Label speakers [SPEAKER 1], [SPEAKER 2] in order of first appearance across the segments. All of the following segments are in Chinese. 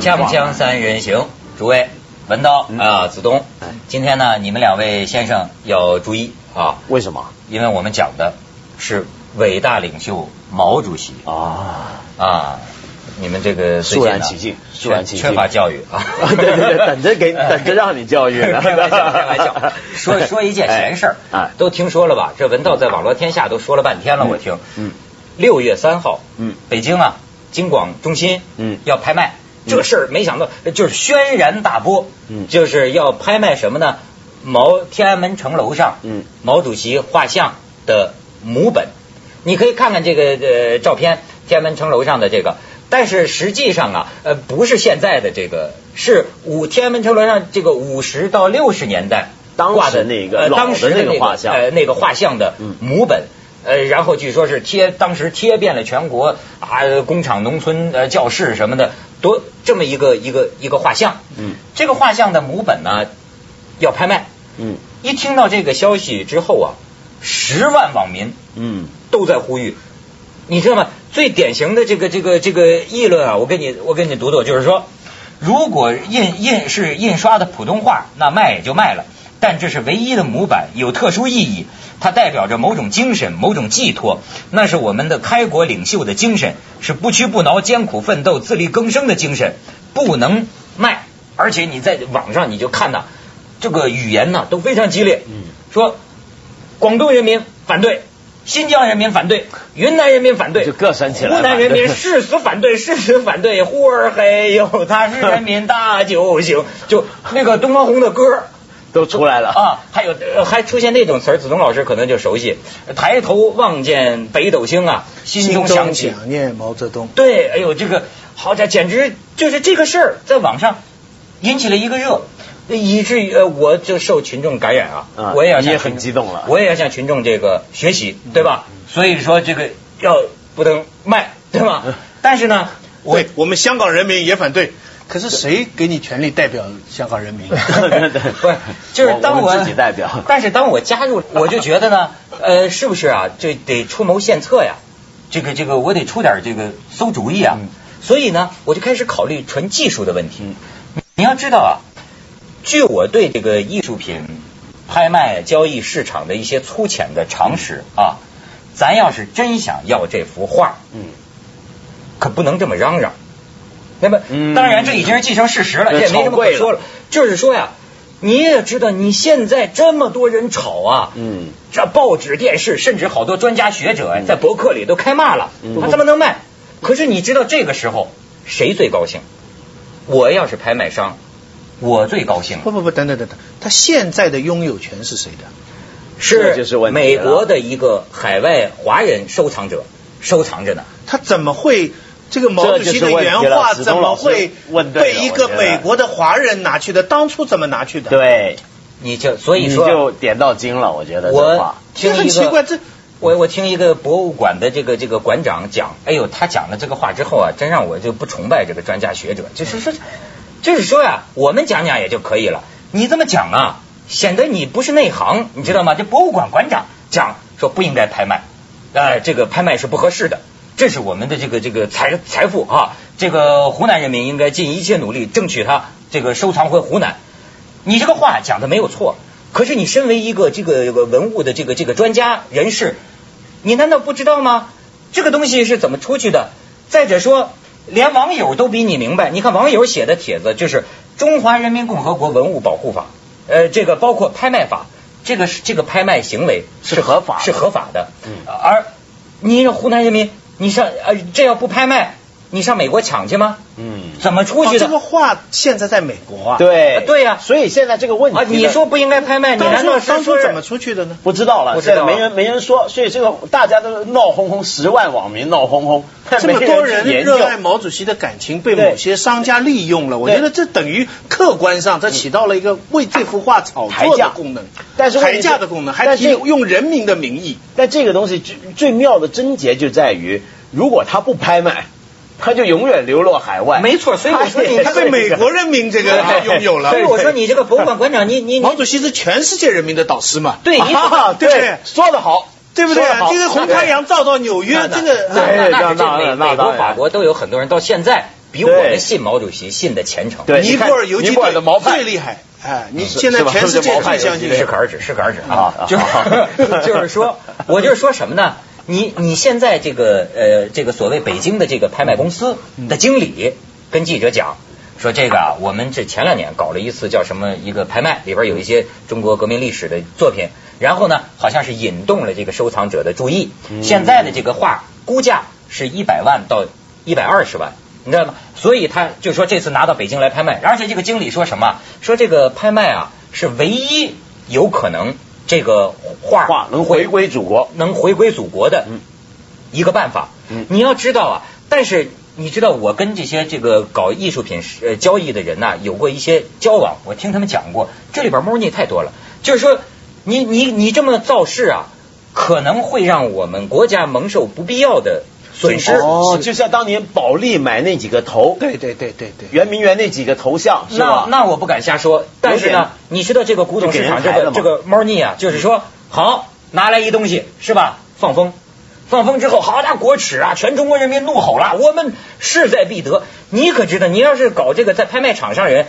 [SPEAKER 1] 锵锵三人行，诸位文刀
[SPEAKER 2] 嗯
[SPEAKER 1] 啊，子东，
[SPEAKER 2] 哎
[SPEAKER 1] 今天呢，你们两位先生要注意啊，
[SPEAKER 2] 为什么
[SPEAKER 1] 因为我们讲的是伟大领袖毛主席
[SPEAKER 2] 啊？
[SPEAKER 1] 啊，你们这个呃最
[SPEAKER 2] 肃
[SPEAKER 1] 近
[SPEAKER 2] 然
[SPEAKER 1] 呢
[SPEAKER 2] 起敬肃
[SPEAKER 1] 缺
[SPEAKER 2] 然起敬，
[SPEAKER 1] 缺乏教育 啊
[SPEAKER 2] 对 对对，等着给等着让你教育呢，
[SPEAKER 1] 开玩笑，开玩 笑。说说一件闲事儿，
[SPEAKER 2] 哎，
[SPEAKER 1] 都听说了吧？这文道在网络天下都说了半天了，
[SPEAKER 2] 嗯
[SPEAKER 1] 我听。
[SPEAKER 2] 嗯
[SPEAKER 1] 六月三号，
[SPEAKER 2] 嗯，
[SPEAKER 1] 北京啊，京广中心，
[SPEAKER 2] 嗯
[SPEAKER 1] 要拍卖。
[SPEAKER 2] 嗯
[SPEAKER 1] 这事儿没想到，就是轩然大波，
[SPEAKER 2] 嗯
[SPEAKER 1] 就是要拍卖什么呢？毛天安门城楼上，
[SPEAKER 2] 嗯，
[SPEAKER 1] 毛主席画像的母本。你可以看看这个呃照片，天安门城楼上的这个，但是实际上啊，呃，不是现在的这个，是五天安门城楼上这个五十到六十年代
[SPEAKER 2] 当时
[SPEAKER 1] 挂的
[SPEAKER 2] 那个
[SPEAKER 1] 呃
[SPEAKER 2] 老的
[SPEAKER 1] 当时
[SPEAKER 2] 那个
[SPEAKER 1] 那
[SPEAKER 2] 画像
[SPEAKER 1] 呃，那个画像的
[SPEAKER 2] 嗯
[SPEAKER 1] 母本。呃，然后据说是贴，当时贴遍了全国啊，工厂、农村、呃教室什么的，多这么一个一个一个画像。
[SPEAKER 2] 嗯
[SPEAKER 1] 这个画像的母本呢，要拍卖。
[SPEAKER 2] 嗯
[SPEAKER 1] 一听到这个消息之后啊，十万网民
[SPEAKER 2] 嗯
[SPEAKER 1] 都在呼吁，你知道吗？最典型的这个这个这个议论啊，我给你我给你读读，就是说，如果印印是印刷的普通话，那卖也就卖了。但这是唯一的模板，有特殊意义，它代表着某种精神、某种寄托，那是我们的开国领袖的精神，是不屈不挠、艰苦奋斗、自力更生的精神，不能卖。而且你在网上你就看呐，这个语言呐都非常激烈，
[SPEAKER 2] 嗯
[SPEAKER 1] 说广东人民反对，新疆人民反对，云南人民反对，
[SPEAKER 2] 就各省起来
[SPEAKER 1] 湖南人民
[SPEAKER 2] 反对
[SPEAKER 1] 誓死反对，誓死反对。呼儿嘿呦，他是人民大酒醒。就那个东方红的歌
[SPEAKER 2] 都出来了
[SPEAKER 1] 啊，还有、呃还出现那种词儿，子东老师可能就熟悉。抬头望见北斗星啊，心中想起。
[SPEAKER 3] 想念毛泽东。
[SPEAKER 1] 对，哎呦，这个好家伙，简直就是这个事儿，在网上引起了一个热，以至于呃，我就受群众感染啊，
[SPEAKER 2] 啊
[SPEAKER 1] 我也要向
[SPEAKER 2] 你也
[SPEAKER 1] 群
[SPEAKER 2] 很激动了嗯
[SPEAKER 1] 我也要向群众这个学习，对吧？所以说这个要不能卖，对 吧？但是呢，我
[SPEAKER 4] 对，我们香港人民也反对。可是谁给你权利代表香港 人民？
[SPEAKER 2] 对 对
[SPEAKER 1] 不是，就是当
[SPEAKER 2] 我
[SPEAKER 1] 我
[SPEAKER 2] 们自己代表
[SPEAKER 1] 但是当我加入， 我就觉得呢，呃，是不是啊？这得出谋献策呀，这个这个，我得出点这个馊主意啊。
[SPEAKER 2] 嗯
[SPEAKER 1] 所以呢，我就开始考虑纯技术的问题。
[SPEAKER 2] 嗯
[SPEAKER 1] 你要知道啊，据我对这个艺术品拍卖交易市场的一些粗浅的常识啊，咱要是真想要这幅画，
[SPEAKER 2] 嗯，
[SPEAKER 1] 可不能这么嚷嚷。那么，
[SPEAKER 2] 嗯
[SPEAKER 1] 当然这已经是既成事实了，
[SPEAKER 2] 这
[SPEAKER 1] 这也没什
[SPEAKER 2] 炒
[SPEAKER 1] 么
[SPEAKER 2] 贵
[SPEAKER 1] 可
[SPEAKER 2] 了
[SPEAKER 1] 说了。就是说呀，你也知道，你现在这么多人炒啊，
[SPEAKER 2] 嗯，
[SPEAKER 1] 这报纸、电视，甚至好多专家学者呀
[SPEAKER 2] 嗯
[SPEAKER 1] 在博客里都开骂了
[SPEAKER 2] 嗯，
[SPEAKER 1] 他怎么能卖？可是你知道这个时候谁最高兴？我要是拍卖商，我最高兴
[SPEAKER 4] 不不不，等等等等，他现在的拥有权是谁的？
[SPEAKER 2] 这就是问题
[SPEAKER 1] 美
[SPEAKER 2] 了
[SPEAKER 1] 国的一个海外华人收藏者收藏着呢。
[SPEAKER 4] 他怎么会这个毛主席的原
[SPEAKER 2] 这就是问
[SPEAKER 4] 话
[SPEAKER 2] 题了
[SPEAKER 4] 怎么
[SPEAKER 2] 子
[SPEAKER 4] 会
[SPEAKER 2] 东老师问对了
[SPEAKER 4] 被一个美国的华人拿去的？当初怎么拿去的？，
[SPEAKER 2] 对，
[SPEAKER 1] 你就所以
[SPEAKER 2] 你
[SPEAKER 1] 说，
[SPEAKER 2] 就点到金了，我觉得这
[SPEAKER 1] 我
[SPEAKER 2] 话
[SPEAKER 1] 听
[SPEAKER 4] 这
[SPEAKER 1] 一个
[SPEAKER 4] 很奇怪，这
[SPEAKER 1] 我我听一个博物馆的这个这个馆长讲，哎呦，他讲了这个话之后啊，真让我就不崇拜这个专家学者，就是说，就是说呀、我们讲讲也就可以了，你这么讲啊，显得你不是内行，你知道吗？这博物馆馆长讲说不应该拍卖，呃，这个拍卖是不合适的，这是我们的这个这个财财富啊，这个湖南人民应该尽一切努力争取它这个收藏回湖南。你这个话讲的没有错，可是你身为一个这个这个文物的这个这个专家人士，你难道不知道吗？这个东西是怎么出去的？再者说，连网友都比你明白。你看网友写的帖子，就是《中华人民共和国文物保护法》，呃，这个包括拍卖法，这个是这个拍卖行为
[SPEAKER 2] 是合法的
[SPEAKER 1] 是合法的。
[SPEAKER 2] 嗯
[SPEAKER 1] 而你湖南人民，你上呃，这要不拍卖，你上美国抢去吗？
[SPEAKER 2] 嗯。
[SPEAKER 1] 怎么出
[SPEAKER 4] 哦
[SPEAKER 1] 去的？
[SPEAKER 4] 这个话现在在美国啊，，
[SPEAKER 2] 对
[SPEAKER 1] 啊对呀
[SPEAKER 2] 所以现在这个问题
[SPEAKER 1] 啊，
[SPEAKER 2] 呢，
[SPEAKER 1] 你说不应该拍卖，你
[SPEAKER 4] 当
[SPEAKER 1] 难道
[SPEAKER 4] 初
[SPEAKER 1] 是
[SPEAKER 4] 当初
[SPEAKER 1] 说
[SPEAKER 4] 怎么出去的呢？
[SPEAKER 2] 不知道了，
[SPEAKER 1] 不知
[SPEAKER 2] 现
[SPEAKER 1] 道
[SPEAKER 2] 在没人没人说，所以这个大家都闹哄哄，十万网民闹 哄哄，但
[SPEAKER 4] 这么
[SPEAKER 2] 没
[SPEAKER 4] 多
[SPEAKER 2] 人
[SPEAKER 4] 人
[SPEAKER 2] 去研究
[SPEAKER 4] 热爱毛主席的感情被
[SPEAKER 2] 对
[SPEAKER 4] 某些商家利用了，我
[SPEAKER 2] 对嗯
[SPEAKER 4] 觉得这等于客观上这起到了一个为这幅画炒
[SPEAKER 2] 抬
[SPEAKER 4] 作
[SPEAKER 2] 价
[SPEAKER 4] 的功能，
[SPEAKER 2] 但是问题
[SPEAKER 4] 抬
[SPEAKER 2] 是
[SPEAKER 4] 价的功能，还
[SPEAKER 2] 但是
[SPEAKER 4] 提用人民的名义。
[SPEAKER 2] 但这个东西最最妙的症结就在于，如果他不拍卖，他就永远流落海外。
[SPEAKER 1] 没错所以我说
[SPEAKER 2] 他也
[SPEAKER 1] 你
[SPEAKER 4] 他被美国人民这个啊
[SPEAKER 2] 对
[SPEAKER 4] 拥有了。
[SPEAKER 1] 所以我说你这个博物馆馆长，你你你
[SPEAKER 4] 毛主席是全世界人民的导师嘛，
[SPEAKER 1] 对 你怎
[SPEAKER 2] 啊
[SPEAKER 1] 么
[SPEAKER 4] 对不对
[SPEAKER 2] 对，说得好，
[SPEAKER 4] 对不对
[SPEAKER 2] 说
[SPEAKER 4] 啊
[SPEAKER 2] 得？好
[SPEAKER 4] 这个红太阳照到纽约，这个
[SPEAKER 2] 对
[SPEAKER 4] 哎
[SPEAKER 1] 那那
[SPEAKER 2] 哎那
[SPEAKER 1] 那这
[SPEAKER 2] 当然
[SPEAKER 1] 美
[SPEAKER 2] 那
[SPEAKER 1] 美
[SPEAKER 2] 当
[SPEAKER 1] 国、
[SPEAKER 2] 然
[SPEAKER 1] 法国都有很多人到现在比我们信毛主席信的虔诚。
[SPEAKER 2] 对
[SPEAKER 4] 尼泊尔游击
[SPEAKER 2] 尼泊尔
[SPEAKER 4] 队
[SPEAKER 2] 的毛派
[SPEAKER 4] 最厉害，哎，你
[SPEAKER 2] 是
[SPEAKER 4] 现在
[SPEAKER 2] 是吧
[SPEAKER 4] 全世
[SPEAKER 2] 是
[SPEAKER 4] 界
[SPEAKER 2] 毛派
[SPEAKER 4] 最
[SPEAKER 2] 游击
[SPEAKER 4] 相信
[SPEAKER 2] 队
[SPEAKER 4] 谁
[SPEAKER 1] 是可而止，适可而止
[SPEAKER 2] 啊
[SPEAKER 1] 啊！就是就是说，我就是说什么呢？你你现在这个呃这个所谓北京的这个拍卖公司的经理跟记者讲。说这个啊，我们这前两年搞了一次叫什么一个拍卖，里边有一些中国革命历史的作品，然后呢，好像是引动了这个收藏者的注意。现在的这个画估价是一百万到一百二十万，你知道吗？所以他就说这次拿到北京来拍卖，而且这个经理说什么？说这个拍卖啊是唯一有可能这个画
[SPEAKER 2] 画能回归祖国。
[SPEAKER 1] 能回归祖国的
[SPEAKER 2] 嗯
[SPEAKER 1] 一个办法
[SPEAKER 2] 嗯。
[SPEAKER 1] 你要知道啊，但是你知道我跟这些这个搞艺术品呃交易的人呐、有过一些交往，我听他们讲过，这里边猫腻太多了。就是说，你你你这么造势啊，可能会让我们国家蒙受不必要的损失。
[SPEAKER 2] 哦，就像当年保利买那几个头，
[SPEAKER 4] 对对对对对，
[SPEAKER 2] 圆明园那几个头像是
[SPEAKER 1] 那
[SPEAKER 2] 吧？
[SPEAKER 1] 那我不敢瞎说，但是
[SPEAKER 2] 有点
[SPEAKER 1] 呢，你知道这个古董市场
[SPEAKER 2] 就
[SPEAKER 1] 这
[SPEAKER 2] 给人
[SPEAKER 1] 个
[SPEAKER 2] 抬了嘛
[SPEAKER 1] 这个猫腻啊，就是说好拿来一东西是吧？放风，放风之后，好那国耻啊！全中国人民怒吼了，我们势在必得。你可知道，你要是搞这个在拍卖场上人，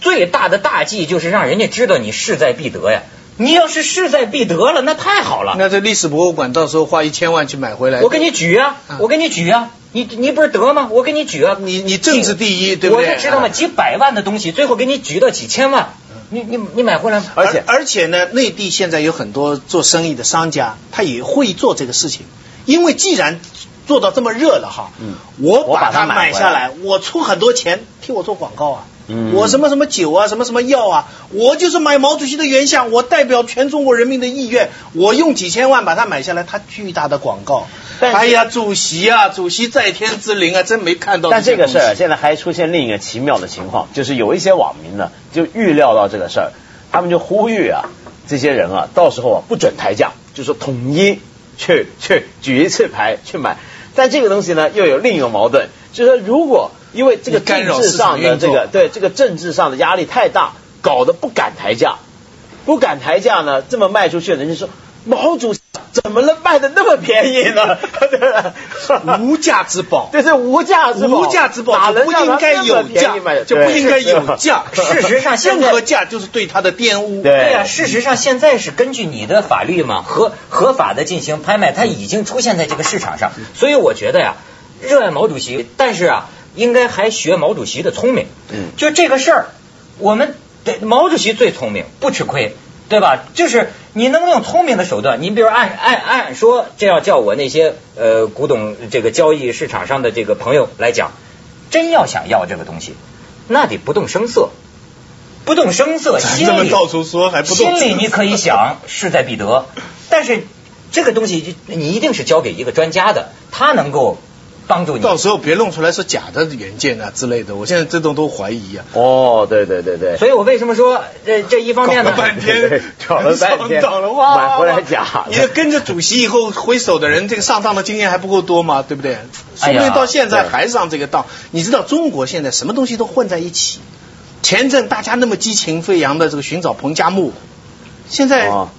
[SPEAKER 1] 最大的大忌就是让人家知道你势在必得呀。你要是势在必得了，那太好了。
[SPEAKER 4] 那这历史博物馆到时候花一千万去买回来，
[SPEAKER 1] 我给你举啊
[SPEAKER 4] 啊，
[SPEAKER 1] 我给你举啊，你你不是得吗？我给你举啊，
[SPEAKER 4] 你你政治第一对不对
[SPEAKER 1] 我就知道吗？
[SPEAKER 4] 啊嗯
[SPEAKER 1] 几百万的东西，最后给你举到几千万，你你你买回来吗？
[SPEAKER 2] 而且
[SPEAKER 4] 而且呢，内地现在有很多做生意的商家，他也会做这个事情，因为既然做到这么热了哈，
[SPEAKER 2] 嗯
[SPEAKER 4] 我
[SPEAKER 2] 我把
[SPEAKER 4] 把
[SPEAKER 2] 它
[SPEAKER 4] 它
[SPEAKER 2] 买
[SPEAKER 4] 买
[SPEAKER 2] 回
[SPEAKER 4] 下
[SPEAKER 2] 来
[SPEAKER 4] 来，我出很多钱替我做广告啊。
[SPEAKER 2] 嗯
[SPEAKER 4] 我什么什么酒啊，什么什么药啊，我就是买毛主席的原像，我代表全中国人民的意愿，我用几千万把它买下来，它巨大的广告。
[SPEAKER 2] 但是
[SPEAKER 4] 哎呀，主席啊，主席在天之灵啊，真没看到。
[SPEAKER 2] 但这个事儿，现在还出现另一个奇妙的情况，就是有一些网民呢就预料到这个事儿，他们就呼吁啊这些人啊到时候啊不准抬价，就说统一去去举一次牌去买。但这个东西呢又有另一个矛盾，就是说如果因为这个
[SPEAKER 4] 你干
[SPEAKER 2] 政
[SPEAKER 4] 扰
[SPEAKER 2] 治
[SPEAKER 4] 市场
[SPEAKER 2] 上的
[SPEAKER 4] 运
[SPEAKER 2] 这
[SPEAKER 4] 作
[SPEAKER 2] 个对这个政治上的压力太大，搞得不敢抬价，不敢抬价呢，这么卖出去，人家说毛主席怎么能卖的那么便宜呢？
[SPEAKER 4] 无价之宝。
[SPEAKER 2] 这是无价之宝，
[SPEAKER 4] 无价之
[SPEAKER 2] 哪
[SPEAKER 4] 宝就
[SPEAKER 2] 能
[SPEAKER 4] 不
[SPEAKER 2] 让
[SPEAKER 4] 应
[SPEAKER 2] 它
[SPEAKER 4] 该
[SPEAKER 2] 那么
[SPEAKER 4] 有
[SPEAKER 2] 便
[SPEAKER 4] 价
[SPEAKER 2] 宜卖的？，
[SPEAKER 4] 就不应该 有价。
[SPEAKER 2] 对
[SPEAKER 1] 事实上现在
[SPEAKER 4] 任何价就是对他的玷污。
[SPEAKER 2] 对
[SPEAKER 1] 对呀、事实上现在是根据你的法律嘛，合合法的进行拍卖，它已经出现在这个市场上，所以我觉得呀，热爱毛主席，但是啊，应该还学毛主席的聪明。
[SPEAKER 2] 嗯
[SPEAKER 1] 就这个事儿，我们对毛主席最聪明，不吃亏，对吧？就是你能用聪明的手段，你比如按按按说，这要叫我那些呃古董这个交易市场上的这个朋友来讲，真要想要这个东西，那得不动声色，不动声色，
[SPEAKER 4] 咱
[SPEAKER 1] 心
[SPEAKER 4] 这么
[SPEAKER 1] 里
[SPEAKER 4] 到处说还不动声
[SPEAKER 1] 心
[SPEAKER 4] 色
[SPEAKER 1] 里你可以想势在必得，但是这个东西你一定是交给一个专家的，他能够帮助你。
[SPEAKER 4] 到时候别弄出来是假的原件啊之类的，我现在这种都怀疑啊。
[SPEAKER 2] 哦，对对对对，
[SPEAKER 1] 所以我为什么说这这一方面呢
[SPEAKER 4] 搞了？半
[SPEAKER 2] 对对
[SPEAKER 4] 天
[SPEAKER 2] 对，搞了半天
[SPEAKER 4] 上当了哇！
[SPEAKER 2] 买回来假的
[SPEAKER 4] 你跟着主席以后挥手的人，这个上当的经验还不够多嘛，对不对？
[SPEAKER 1] 哎
[SPEAKER 4] 说不定到现在还上这个当。你知道中国现在什么东西都混在一起。前阵大家那么激情飞扬的这个寻找彭加木，现在
[SPEAKER 2] 哦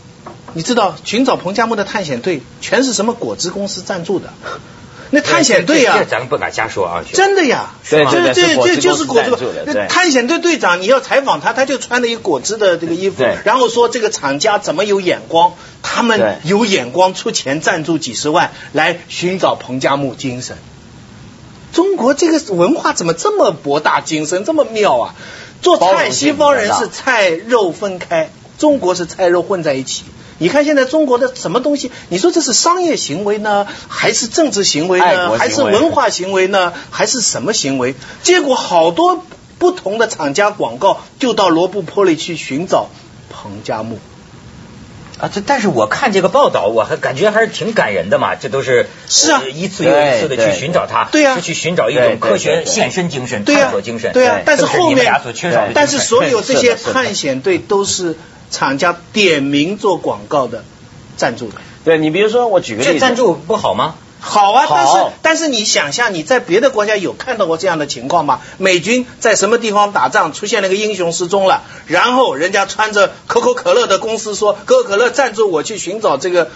[SPEAKER 4] 你知道寻找彭加木的探险队全是什么果汁公司赞助的？ 那探险队
[SPEAKER 1] 这
[SPEAKER 4] 啊
[SPEAKER 1] 这，咱们不敢瞎说啊，这
[SPEAKER 4] 真的呀，
[SPEAKER 2] 对对
[SPEAKER 4] 这这
[SPEAKER 2] 是果汁
[SPEAKER 4] 这就是
[SPEAKER 2] 公司
[SPEAKER 4] 果汁
[SPEAKER 2] 赞
[SPEAKER 4] 呃
[SPEAKER 2] 助的对
[SPEAKER 4] 探险队队长，你要采访他，他就穿了一个果汁的这个衣服
[SPEAKER 2] 对，
[SPEAKER 4] 然后说这个厂家怎么有眼光，他
[SPEAKER 2] 对
[SPEAKER 4] 们有眼光，出钱赞助几十万来寻找彭加木精神。中国这个文化怎么这么博大精深，这么妙啊？做
[SPEAKER 2] 包容
[SPEAKER 4] 菜，
[SPEAKER 2] 性
[SPEAKER 4] 西方人
[SPEAKER 2] 比较
[SPEAKER 4] 是
[SPEAKER 2] 大
[SPEAKER 4] 菜肉分开，中国是菜肉混在一起。你看现在中国的什么东西？你说这是商业行为呢，还是政治行为
[SPEAKER 2] 爱国行为
[SPEAKER 4] 呢，还是文化行为呢，还是什么行为？结果好多不同的厂家广告就到罗布泊里去寻找彭加木。
[SPEAKER 1] 啊，这但是我看这个报道，我还感觉还是挺感人的嘛。这都是
[SPEAKER 4] 是啊
[SPEAKER 1] 呃一次又一次的
[SPEAKER 2] 对
[SPEAKER 1] 去寻找他，
[SPEAKER 4] 对对啊
[SPEAKER 1] 是去寻找一
[SPEAKER 2] 对对
[SPEAKER 1] 种科学
[SPEAKER 2] 对对
[SPEAKER 1] 献身精神、
[SPEAKER 4] 对呀
[SPEAKER 1] 探索精神。
[SPEAKER 4] 对呀啊
[SPEAKER 1] 这
[SPEAKER 4] 但是
[SPEAKER 1] 是
[SPEAKER 4] 后
[SPEAKER 1] 你们
[SPEAKER 4] 面
[SPEAKER 1] 俩所缺少的精神，
[SPEAKER 4] 但是所有这
[SPEAKER 2] 是
[SPEAKER 4] 些
[SPEAKER 2] 的是的
[SPEAKER 4] 探险队都是厂家点名做广告的赞助的。
[SPEAKER 2] 对你比如说，我举个例
[SPEAKER 1] 这
[SPEAKER 2] 子，
[SPEAKER 1] 赞助不好吗？
[SPEAKER 4] 好啊，但
[SPEAKER 2] 好
[SPEAKER 4] 是但是你想象你在别的国家有看到过这样的情况吗？美军在什么地方打仗出现了个英雄失踪了，然后人家穿着可口可乐的公司说可口可乐赞助我去寻找这个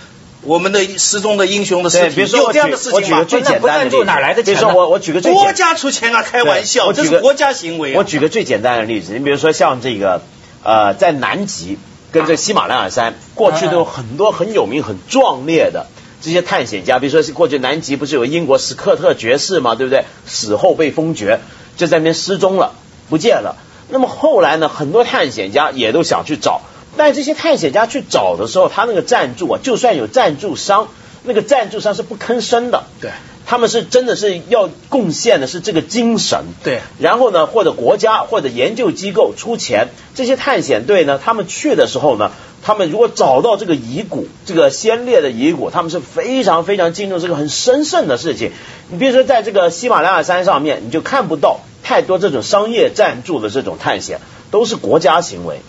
[SPEAKER 4] 我们的失踪的英雄的
[SPEAKER 2] 对，
[SPEAKER 4] 尸
[SPEAKER 2] 比
[SPEAKER 4] 体，
[SPEAKER 2] 如说
[SPEAKER 4] 有
[SPEAKER 2] 我
[SPEAKER 4] 这
[SPEAKER 2] 举
[SPEAKER 4] 样的事
[SPEAKER 2] 我
[SPEAKER 4] 情
[SPEAKER 2] 举个
[SPEAKER 4] 吗？
[SPEAKER 2] 最简
[SPEAKER 1] 不
[SPEAKER 2] 单的
[SPEAKER 1] 赞
[SPEAKER 2] 例
[SPEAKER 1] 助
[SPEAKER 2] 子，
[SPEAKER 1] 哪来的
[SPEAKER 2] 比如
[SPEAKER 1] 钱
[SPEAKER 2] 说
[SPEAKER 1] 呢
[SPEAKER 2] 我我举个最
[SPEAKER 4] 国
[SPEAKER 2] 简
[SPEAKER 4] 家出钱啊，开
[SPEAKER 2] 对
[SPEAKER 4] 玩笑，
[SPEAKER 2] 我
[SPEAKER 4] 这
[SPEAKER 2] 举
[SPEAKER 4] 是
[SPEAKER 2] 个
[SPEAKER 4] 国家行为啊。
[SPEAKER 2] 我举个最简单的例子，你比如说像这个呃，在南极跟这喜马拉雅
[SPEAKER 4] 啊
[SPEAKER 2] 山，过去都有很多很有名、很壮烈的。这些探险家，比如说是过去南极不是有个英国史克特爵士嘛，对不对？死后被封爵，就在那边失踪了，不见了。那么后来呢，很多探险家也都想去找，但这些探险家去找的时候，他那个赞助啊，就算有赞助商，那个赞助商是不吭声的。
[SPEAKER 4] 对
[SPEAKER 2] 他们是真的是要贡献的是这个精神，
[SPEAKER 4] 对
[SPEAKER 2] 然后呢，或者国家或者研究机构出钱，这些探险队呢，他们去的时候呢，他们如果找到这个遗骨，这个先烈的遗骨，他们是非常非常敬重这个很神圣的事情。你比如说，在这个喜马拉雅山上面，你就看不到太多这种商业赞助的这种探险，都是国家行为，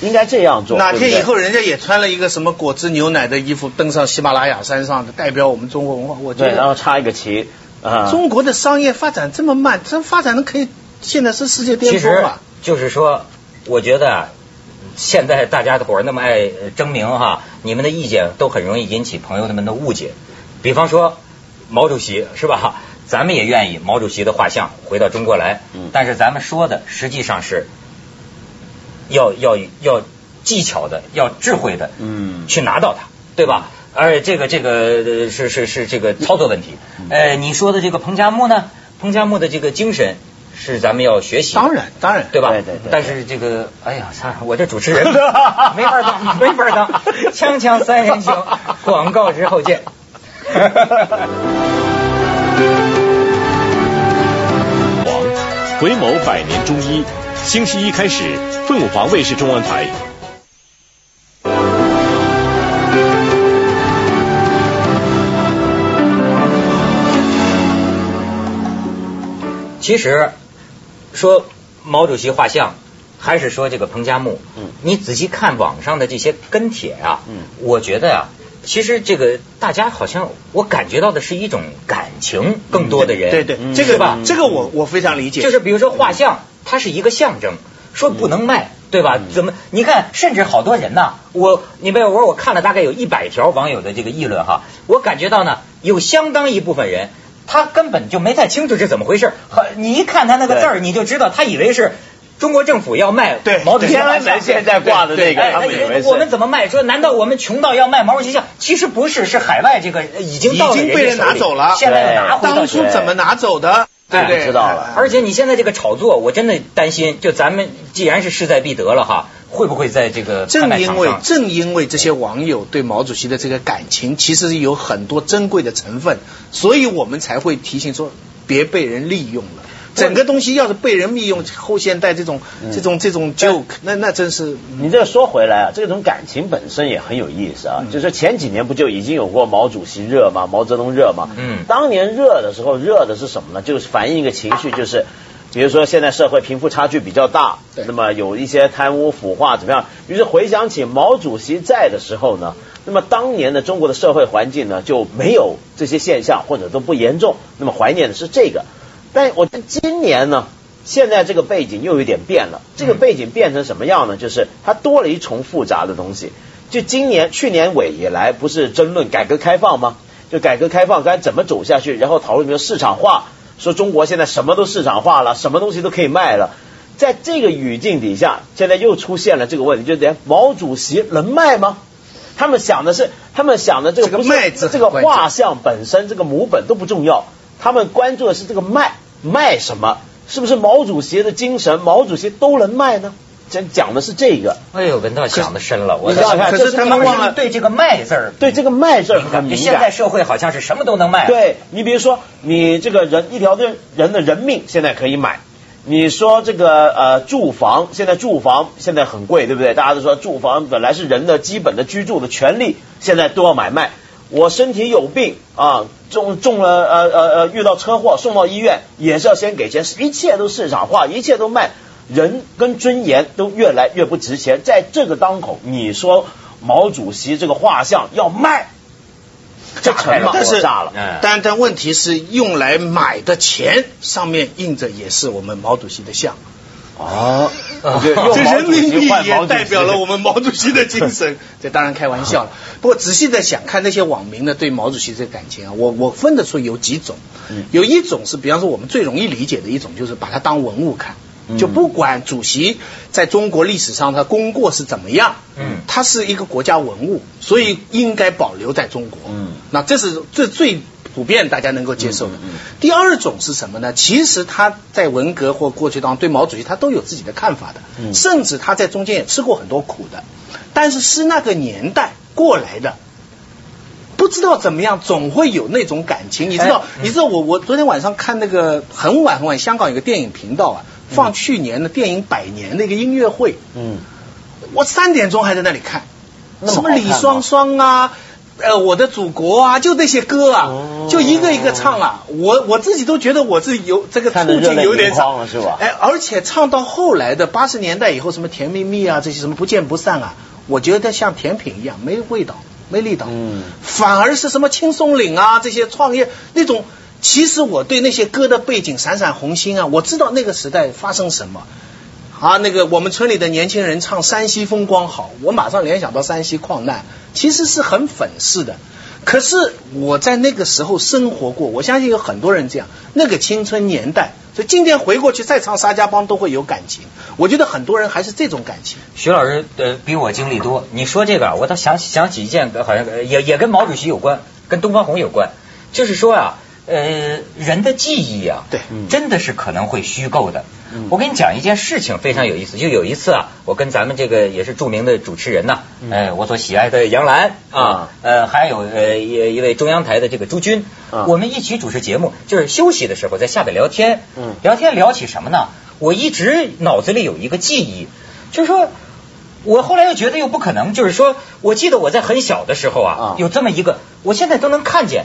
[SPEAKER 2] 应该这样做。
[SPEAKER 4] 哪
[SPEAKER 2] 对不
[SPEAKER 4] 天
[SPEAKER 2] 对
[SPEAKER 4] 以后人家也穿了一个什么果汁牛奶的衣服，登上喜马拉雅山上，代表我们中国文化，我觉
[SPEAKER 2] 对，然
[SPEAKER 4] 得
[SPEAKER 2] 后插一个旗啊，
[SPEAKER 4] 中国的商业发展这么慢，这发展的可以现在是世界巅
[SPEAKER 1] 其
[SPEAKER 4] 峰
[SPEAKER 1] 实
[SPEAKER 4] 啊。
[SPEAKER 1] 就是说，我觉得啊现在大家的伙儿那么爱呃争鸣哈，你们的意见都很容易引起朋友们的误解。比方说毛主席是吧？咱们也愿意毛主席的画像回到中国来，
[SPEAKER 2] 嗯
[SPEAKER 1] 但是咱们说的实际上是要要要技巧的，要智慧的，
[SPEAKER 2] 嗯
[SPEAKER 1] 去拿到它，对吧？而这个这个呃是是是这个操作问题。
[SPEAKER 2] 嗯
[SPEAKER 1] 呃，你说的这个彭加木呢？彭加木的这个精神是咱们要学习的。
[SPEAKER 4] 当然，当然，
[SPEAKER 1] 对吧？
[SPEAKER 2] 对对对
[SPEAKER 1] 但是这个，哎呀，操！我这主持人没法当，没法当。锵锵三人行，广告之后见。
[SPEAKER 3] 王，回眸百年中医，星期一开始，凤凰卫视中文台。
[SPEAKER 1] 其实说毛主席画像，还是说这个彭加木，
[SPEAKER 2] 嗯
[SPEAKER 1] 你仔细看网上的这些跟帖啊，
[SPEAKER 2] 嗯
[SPEAKER 1] 我觉得啊，其实这个大家好像我感觉到的是一种感情，更多
[SPEAKER 2] 嗯
[SPEAKER 1] 的人，嗯
[SPEAKER 4] 对对，这
[SPEAKER 1] 是
[SPEAKER 4] 个
[SPEAKER 1] 吧？
[SPEAKER 4] 这个我我非常理解。
[SPEAKER 1] 就是比如说画像，它是一个象征，说不能卖，
[SPEAKER 2] 嗯
[SPEAKER 1] 对吧？怎么？你看，甚至好多人呐、我你别我我看了大概有一百条网友的这个议论哈，我感觉到呢，有相当一部分人。他根本就没太清楚是怎么回事，和你一看他那个字儿，你就知道他以为是中国政府要卖
[SPEAKER 4] 对
[SPEAKER 1] 毛主席
[SPEAKER 2] 天
[SPEAKER 1] 画
[SPEAKER 2] 安门
[SPEAKER 1] 像。
[SPEAKER 2] 现在挂的那个，
[SPEAKER 1] 哎，
[SPEAKER 2] 他
[SPEAKER 1] 他
[SPEAKER 2] 们
[SPEAKER 1] 以
[SPEAKER 2] 以为
[SPEAKER 1] 为
[SPEAKER 2] 是
[SPEAKER 1] 我们怎么卖？说难道我们穷到要卖毛主席像？其实不是，是海外这个已经到了
[SPEAKER 4] 已经被
[SPEAKER 1] 家
[SPEAKER 4] 人拿
[SPEAKER 1] 手里
[SPEAKER 4] 走了
[SPEAKER 1] 现在又拿回到哎
[SPEAKER 4] 当
[SPEAKER 1] 手里
[SPEAKER 4] 初怎么拿走的，对不对？哎
[SPEAKER 2] 知道了
[SPEAKER 1] 而且你现在这个炒作，我真的担心，就咱们既然是势在必得了哈，会不会在这个拍
[SPEAKER 4] 正
[SPEAKER 1] 卖
[SPEAKER 4] 因
[SPEAKER 1] 场
[SPEAKER 4] 为
[SPEAKER 1] 上？
[SPEAKER 4] 正因为这些网友对毛主席的这个感情，其实有很多珍贵的成分，所以我们才会提醒说，别被人利用了。整个东西要是被人利用，后现代这种这种这种 joke，那那真是
[SPEAKER 2] 你这说回来啊，这种感情本身也很有意思啊。就是前几年不就已经有过毛主席热吗？毛泽东热吗？
[SPEAKER 1] 嗯
[SPEAKER 2] 当年热的时候，热的是什么呢？就是反映一个情绪，就是比如说现在社会贫富差距比较大，
[SPEAKER 4] 对
[SPEAKER 2] 那么有一些贪污腐化怎么样？于是回想起毛主席在的时候呢，那么当年的中国的社会环境呢就没有这些现象，或者都不严重。那么怀念的是这个。但我觉得今年呢，现在这个背景又有点变了。这个背景变成什么样呢？就是它多了一重复杂的东西。就今年去年尾以来，不是争论改革开放吗？就改革开放该怎么走下去，然后讨论比如市场化，说中国现在什么都市场化了，什么东西都可以卖了。在这个语境底下，现在又出现了这个问题，就连毛主席能卖吗？他们想的是，他们想的这个
[SPEAKER 4] 这个
[SPEAKER 2] 不是
[SPEAKER 4] 卖字很
[SPEAKER 2] 这个
[SPEAKER 4] 关键
[SPEAKER 2] 画像本身，这个母本都不重要，他们关注的是这个卖卖什么，是不是毛主席的精神，毛主席都能卖呢？讲讲的是这个，
[SPEAKER 1] 哎呦，文道想的深了，我
[SPEAKER 2] 你想想看
[SPEAKER 4] 可
[SPEAKER 2] 这
[SPEAKER 4] 是
[SPEAKER 2] 是
[SPEAKER 4] 他们
[SPEAKER 1] 我
[SPEAKER 4] 忘
[SPEAKER 1] 是
[SPEAKER 4] 了
[SPEAKER 1] 对这个“卖”字儿
[SPEAKER 2] 对这个卖字儿
[SPEAKER 1] 敏
[SPEAKER 2] 很
[SPEAKER 1] 感，就
[SPEAKER 2] 敏
[SPEAKER 1] 现在
[SPEAKER 2] 感。
[SPEAKER 1] 社会好像是什么都能
[SPEAKER 4] 啊
[SPEAKER 1] 卖。，
[SPEAKER 2] 对你比如说，你这个人一条人人的人命现在可以买，你说这个呃住房，现在住房现在很贵，对不对？大家都说住房本来是人的基本的居住的权利，现在都要买卖。我身体有病啊，中中了呃呃呃遇到车祸送到医院，也是要先给钱，一切都市场化，一切都卖，人跟尊严都越来越不值钱。在这个当口，你说毛主席这个画像要卖，这成了
[SPEAKER 4] 但是
[SPEAKER 2] 爆炸了。
[SPEAKER 1] 嗯
[SPEAKER 4] 但但问题是，用来买的钱上面印着也是我们毛主席的像，
[SPEAKER 2] 啊， 就用
[SPEAKER 4] 这
[SPEAKER 2] 毛
[SPEAKER 4] 人
[SPEAKER 2] 主席
[SPEAKER 4] 民币
[SPEAKER 2] 换毛
[SPEAKER 4] 也
[SPEAKER 2] 主席
[SPEAKER 4] 代表了我们毛主席的 精神，这当然开玩笑了。不过仔细的想看那些网民呢对毛主席这感情啊，我我分得出有几种，
[SPEAKER 2] 嗯
[SPEAKER 4] 有一种是比方说我们最容易理解的一种，就是把它当文物看。
[SPEAKER 2] 嗯
[SPEAKER 4] 就不管主席在中国历史上他功过是怎么样，
[SPEAKER 1] 嗯
[SPEAKER 4] 它是一个国家文物，所以应该保留在中国。
[SPEAKER 2] 嗯
[SPEAKER 4] 那这是最最普遍大家能够接受的。
[SPEAKER 2] 嗯嗯嗯
[SPEAKER 4] 第二种是什么呢？其实他在文革或过去当中对毛主席他都有自己的看法的，
[SPEAKER 2] 嗯
[SPEAKER 4] 甚至他在中间也吃过很多苦的，但是是那个年代过来的。不知道怎么样，总会有那种感情，你知
[SPEAKER 2] 哎
[SPEAKER 4] 道？
[SPEAKER 2] 嗯
[SPEAKER 4] 你知道我我昨天晚上看那个很晚很晚，香港有个电影频道啊，放去年的电影百年的一个音乐会，
[SPEAKER 2] 嗯，
[SPEAKER 4] 我三点钟还在那里看，
[SPEAKER 2] 那么
[SPEAKER 4] 什
[SPEAKER 2] 好
[SPEAKER 4] 么
[SPEAKER 2] 看吗
[SPEAKER 4] 李双双啊，呃，我的祖国啊，就那些歌啊，
[SPEAKER 2] 哦
[SPEAKER 4] 就一个一个唱啊，我我自己都觉得我自己有这个
[SPEAKER 2] 看得
[SPEAKER 4] 促
[SPEAKER 2] 热
[SPEAKER 4] 进
[SPEAKER 2] 泪
[SPEAKER 4] 有
[SPEAKER 2] 盈
[SPEAKER 4] 点
[SPEAKER 2] 眶
[SPEAKER 4] 少
[SPEAKER 2] 了是吧？
[SPEAKER 4] 哎，而且唱到后来的八十年代以后，什么甜蜜蜜啊，这些什么不见不散啊，我觉得像甜品一样没味道，没力道，
[SPEAKER 2] 嗯
[SPEAKER 4] 反而是什么青松岭啊，这些创业那种。其实我对那些歌的背景《闪闪红星》啊，我知道那个时代发生什么，啊，那个我们村里的年轻人唱山西风光好，我马上联想到山西矿难，其实是很粉饰的。可是我在那个时候生活过，我相信有很多人这样，那个青春年代，所以今天回过去再唱沙家浜都会有感情。我觉得很多人还是这种感情。
[SPEAKER 1] 徐老师呃比我经历多，你说这个我倒想起想起一件呃好像呃也也跟毛主席有关，跟东方红有关，就是说啊呃人的记忆啊，
[SPEAKER 4] 对
[SPEAKER 2] 嗯
[SPEAKER 1] 真的是可能会虚构的
[SPEAKER 2] 嗯。
[SPEAKER 1] 我跟你讲一件事情非常有意思，就有一次啊，我跟咱们这个也是著名的主持人呐、
[SPEAKER 2] 嗯
[SPEAKER 1] 哎，我所喜爱的杨澜啊，呃，还有呃一一位中央台的这个朱军，
[SPEAKER 2] 啊
[SPEAKER 1] 我们一起主持节目，就是休息的时候在下边聊天，
[SPEAKER 2] 嗯
[SPEAKER 1] 聊天聊起什么呢？我一直脑子里有一个记忆，就是说。我后来又觉得又不可能，就是说，我记得我在很小的时候啊，
[SPEAKER 2] 啊
[SPEAKER 1] 有这么一个，我现在都能看见，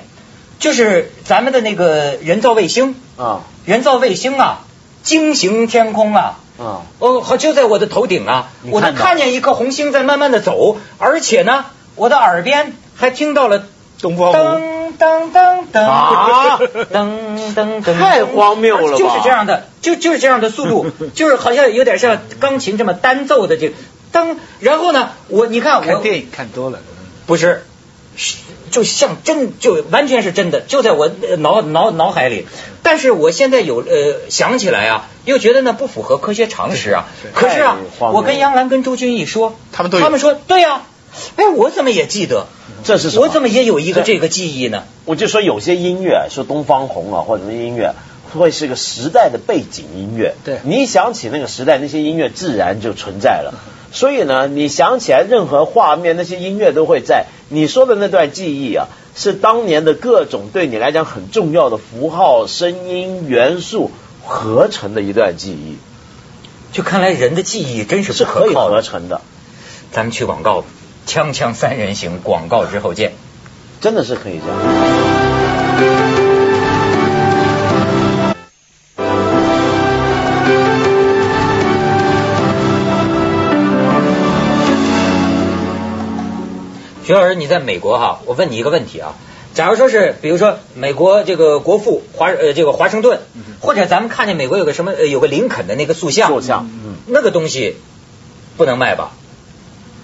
[SPEAKER 1] 就是咱们的那个人造卫星
[SPEAKER 2] 啊
[SPEAKER 1] 人造卫星啊，惊行天空啊，
[SPEAKER 2] 啊，
[SPEAKER 1] 哦，好就在我的头顶啊，
[SPEAKER 2] 你
[SPEAKER 1] 我能
[SPEAKER 2] 看到
[SPEAKER 1] 看见一颗红星在慢慢的走，而且呢，我的耳边还听到了
[SPEAKER 4] 东方红，
[SPEAKER 1] 噔噔噔噔
[SPEAKER 2] 啊
[SPEAKER 1] 噔噔噔，
[SPEAKER 2] 太荒谬了吧
[SPEAKER 1] 就是这样的，就就是这样的速 度，就是好像有点像钢琴这么单奏的这个噔，然后呢，我你看我
[SPEAKER 4] 看电影看多了。
[SPEAKER 1] 不是，是就像真就完全是真的，就在我呃脑脑脑海里。但是我现在有呃想起来啊，又觉得那不符合科学常识啊。可是啊，
[SPEAKER 2] 太荒谬了
[SPEAKER 1] 我跟杨澜跟周军一说，
[SPEAKER 4] 他们都有
[SPEAKER 1] 他们说对呀、哎，我怎么也记得？
[SPEAKER 2] 这是什么
[SPEAKER 1] 我怎么也有一个
[SPEAKER 2] 这
[SPEAKER 1] 这个记忆呢？
[SPEAKER 2] 我就说有些音乐，说东方红啊，或者是音乐，会是个时代的背景音乐。
[SPEAKER 4] 对
[SPEAKER 2] 你一想起那个时代，那些音乐自然就存在了。所以呢，你想起来任何画面，那些音乐都会在。你说的那段记忆啊，是当年的各种对你来讲很重要的符号、声音、元素合成的一段记忆，
[SPEAKER 1] 就看来人的记忆真是
[SPEAKER 2] 是
[SPEAKER 1] 不
[SPEAKER 2] 可
[SPEAKER 1] 可
[SPEAKER 2] 以
[SPEAKER 1] 靠
[SPEAKER 2] 合
[SPEAKER 1] 的。
[SPEAKER 2] 成的，
[SPEAKER 1] 咱们去广告吧，锵锵三人行，广告之后见。
[SPEAKER 2] 真的是可以这样。
[SPEAKER 1] 徐老师，你在美国哈，我问你一个问题啊，假如说是，比如说美国这个国父华呃这个华盛顿，
[SPEAKER 4] 嗯
[SPEAKER 1] 或者咱们看见美国有个什么呃有个林肯的那个塑像，
[SPEAKER 2] 塑像嗯
[SPEAKER 1] 那个东西不能卖吧？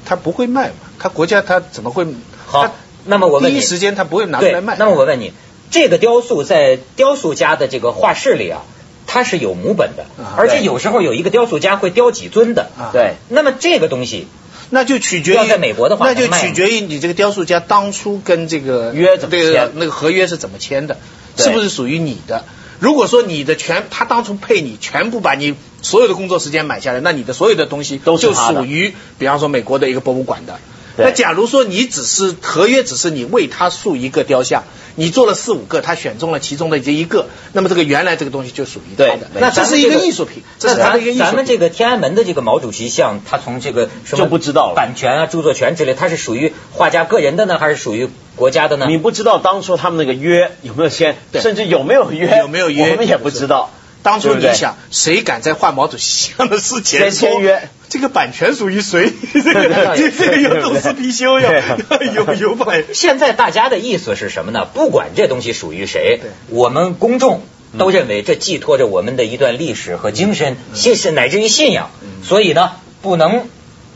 [SPEAKER 4] 他不会卖嘛？他国家他怎么会？
[SPEAKER 1] 好
[SPEAKER 4] 他，
[SPEAKER 1] 那么我问你，
[SPEAKER 4] 第一时间他不会拿出来卖
[SPEAKER 1] 对那么我问你，这个雕塑在雕塑家的这个画室里啊，它是有母本的
[SPEAKER 4] 啊，
[SPEAKER 1] 而且
[SPEAKER 2] 对
[SPEAKER 1] 有时候有一个雕塑家会雕几尊的，
[SPEAKER 4] 啊
[SPEAKER 2] 对，
[SPEAKER 1] 那么这个东西
[SPEAKER 4] 那就取决
[SPEAKER 1] 要
[SPEAKER 4] 于
[SPEAKER 1] 在美国的话
[SPEAKER 4] 那就
[SPEAKER 1] 能卖吗
[SPEAKER 4] 取决于你这个雕塑家当初跟这个
[SPEAKER 2] 约怎么
[SPEAKER 4] 对
[SPEAKER 2] 签
[SPEAKER 4] 那个合约是怎么签的，
[SPEAKER 2] 对
[SPEAKER 4] 是不是属于你的？如果说你的全，他当初配你全部把你所有的工作时间买下来，那你的所有的东西
[SPEAKER 2] 都是
[SPEAKER 4] 就
[SPEAKER 2] 他的
[SPEAKER 4] 属于，比方说美国的一个博物馆的。
[SPEAKER 2] 对
[SPEAKER 4] 那假如说你只是合约，只是你为他塑一个雕像，你做了四五个，他选中了其中的这一个，那么这个原来这个东西就属于他
[SPEAKER 2] 对
[SPEAKER 4] 的，
[SPEAKER 2] 没
[SPEAKER 4] 那
[SPEAKER 1] 咱们
[SPEAKER 4] 这是一
[SPEAKER 1] 这
[SPEAKER 4] 个
[SPEAKER 1] 个
[SPEAKER 4] 艺术品，这
[SPEAKER 1] 那
[SPEAKER 4] 是他
[SPEAKER 1] 咱
[SPEAKER 4] 的一个艺术品。
[SPEAKER 1] 咱们这个天安门的这个毛主席像，他从这个什么
[SPEAKER 2] 就不知道了
[SPEAKER 1] 版权啊、著作权之类，它是属于画家个人的呢，还是属于国家的呢？
[SPEAKER 2] 你不知道当初他们那个约有没有签，
[SPEAKER 4] 对
[SPEAKER 2] 甚至有没有约，
[SPEAKER 4] 有没有约
[SPEAKER 2] 我们也不知道。
[SPEAKER 4] 当初
[SPEAKER 2] 对不
[SPEAKER 4] 你
[SPEAKER 2] 对
[SPEAKER 4] 想，谁敢在换毛主席像的事
[SPEAKER 2] 先
[SPEAKER 4] 前
[SPEAKER 2] 签
[SPEAKER 4] 说
[SPEAKER 2] 约？
[SPEAKER 4] 这个版权属于 谁？这个这这个有董事貔貅
[SPEAKER 2] 对
[SPEAKER 4] 呀， 有有版。
[SPEAKER 1] 现在大家的意思是什么呢？不管这东西属于谁
[SPEAKER 4] 对，嗯
[SPEAKER 1] 我们公众都认为这寄托着我们的一段历史和精神、信是乃至于信仰，
[SPEAKER 4] 嗯
[SPEAKER 1] 所以呢，不能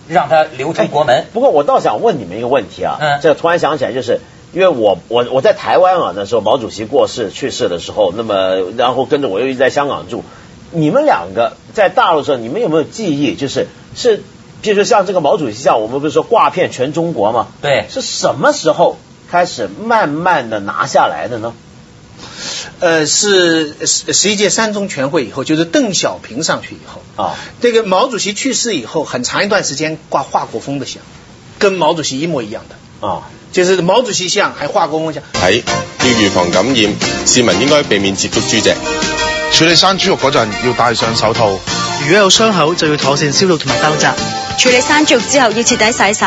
[SPEAKER 1] 让它流
[SPEAKER 4] 哎
[SPEAKER 1] 出国门。
[SPEAKER 2] 不过我倒想问你们一个问题啊，
[SPEAKER 1] 嗯
[SPEAKER 2] 这突然想起来，就是因为我我我在台湾啊，那时候毛主席过世去世的时候，那么然后跟着我又一直在香港住，你们两个在大陆的时候，你们有没有记忆？就是是，譬如说像这个毛主席像我们不是说挂遍全中国吗？
[SPEAKER 1] 对，
[SPEAKER 2] 是什么时候开始慢慢的拿下来的呢？
[SPEAKER 4] 呃，是十十一届三中全会以后，就是邓小平上去以后，
[SPEAKER 2] 啊，
[SPEAKER 4] 这个毛主席去世以后，很长一段时间挂华国锋的像，跟毛主席一模一样的，
[SPEAKER 2] 啊，
[SPEAKER 4] 就是毛主席像还华国锋像。
[SPEAKER 5] 睇，要預防感染，市民應該避免接觸豬隻。
[SPEAKER 6] 處理生豬肉嗰陣要戴上手套。
[SPEAKER 7] 如果有傷口，就要妥善消毒同埋包紮。
[SPEAKER 8] 處理生豬肉之後要徹底洗手，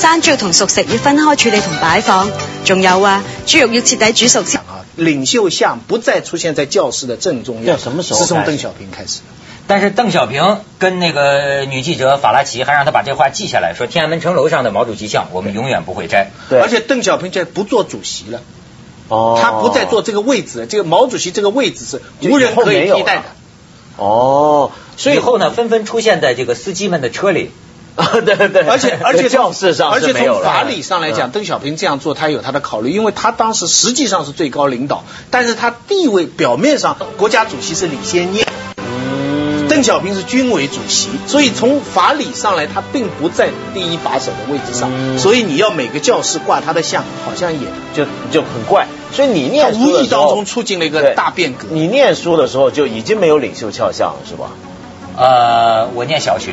[SPEAKER 8] 生豬肉同熟食要分開處理同擺放。仲有啊，豬肉要徹底煮熟先。
[SPEAKER 4] 啊，领袖像不再出现在教室的正中央。
[SPEAKER 2] 这什么时候
[SPEAKER 4] 是从
[SPEAKER 2] 开始
[SPEAKER 4] 邓小平开始。
[SPEAKER 1] 但是邓小平跟那个女记者法拉奇还让他把这话记下来，说天安门城楼上的毛主席像我们永远不会摘。
[SPEAKER 2] 对，
[SPEAKER 4] 而且邓小平现在不做主席了，
[SPEAKER 2] 哦
[SPEAKER 4] 他不再做这个位置了。这个毛主席这个位置是
[SPEAKER 2] 就
[SPEAKER 4] 无人
[SPEAKER 2] 以后
[SPEAKER 4] 可
[SPEAKER 2] 没
[SPEAKER 4] 以
[SPEAKER 2] 有
[SPEAKER 4] 替代的
[SPEAKER 2] 了。哦，
[SPEAKER 1] 所以后呢，纷纷出现在这个司机们的车 里。
[SPEAKER 2] 啊，对对，
[SPEAKER 4] 而 且 而且从
[SPEAKER 2] 教室上
[SPEAKER 4] 而
[SPEAKER 2] 是
[SPEAKER 4] 且
[SPEAKER 2] 没有
[SPEAKER 4] 从
[SPEAKER 2] 了
[SPEAKER 4] 法理上来讲，
[SPEAKER 2] 嗯
[SPEAKER 4] 邓小平这样做，他有他的考虑，因为他当时实际上是最高领导，但是他地位表面上国家主席是李先念，邓小平是军委主席，所以从法理上来，他并不在第一把手的位置
[SPEAKER 2] 嗯
[SPEAKER 4] 上，所以你要每个教室挂他的像，好像也
[SPEAKER 2] 就就很怪，所以你念书
[SPEAKER 4] 无
[SPEAKER 2] 的
[SPEAKER 4] 意
[SPEAKER 2] 时
[SPEAKER 4] 当
[SPEAKER 2] 候
[SPEAKER 4] 中促进了一个
[SPEAKER 2] 对
[SPEAKER 4] 大变革。
[SPEAKER 2] 你念书的时候就已经没有领袖肖像了，是吧？
[SPEAKER 1] 呃，我念小学。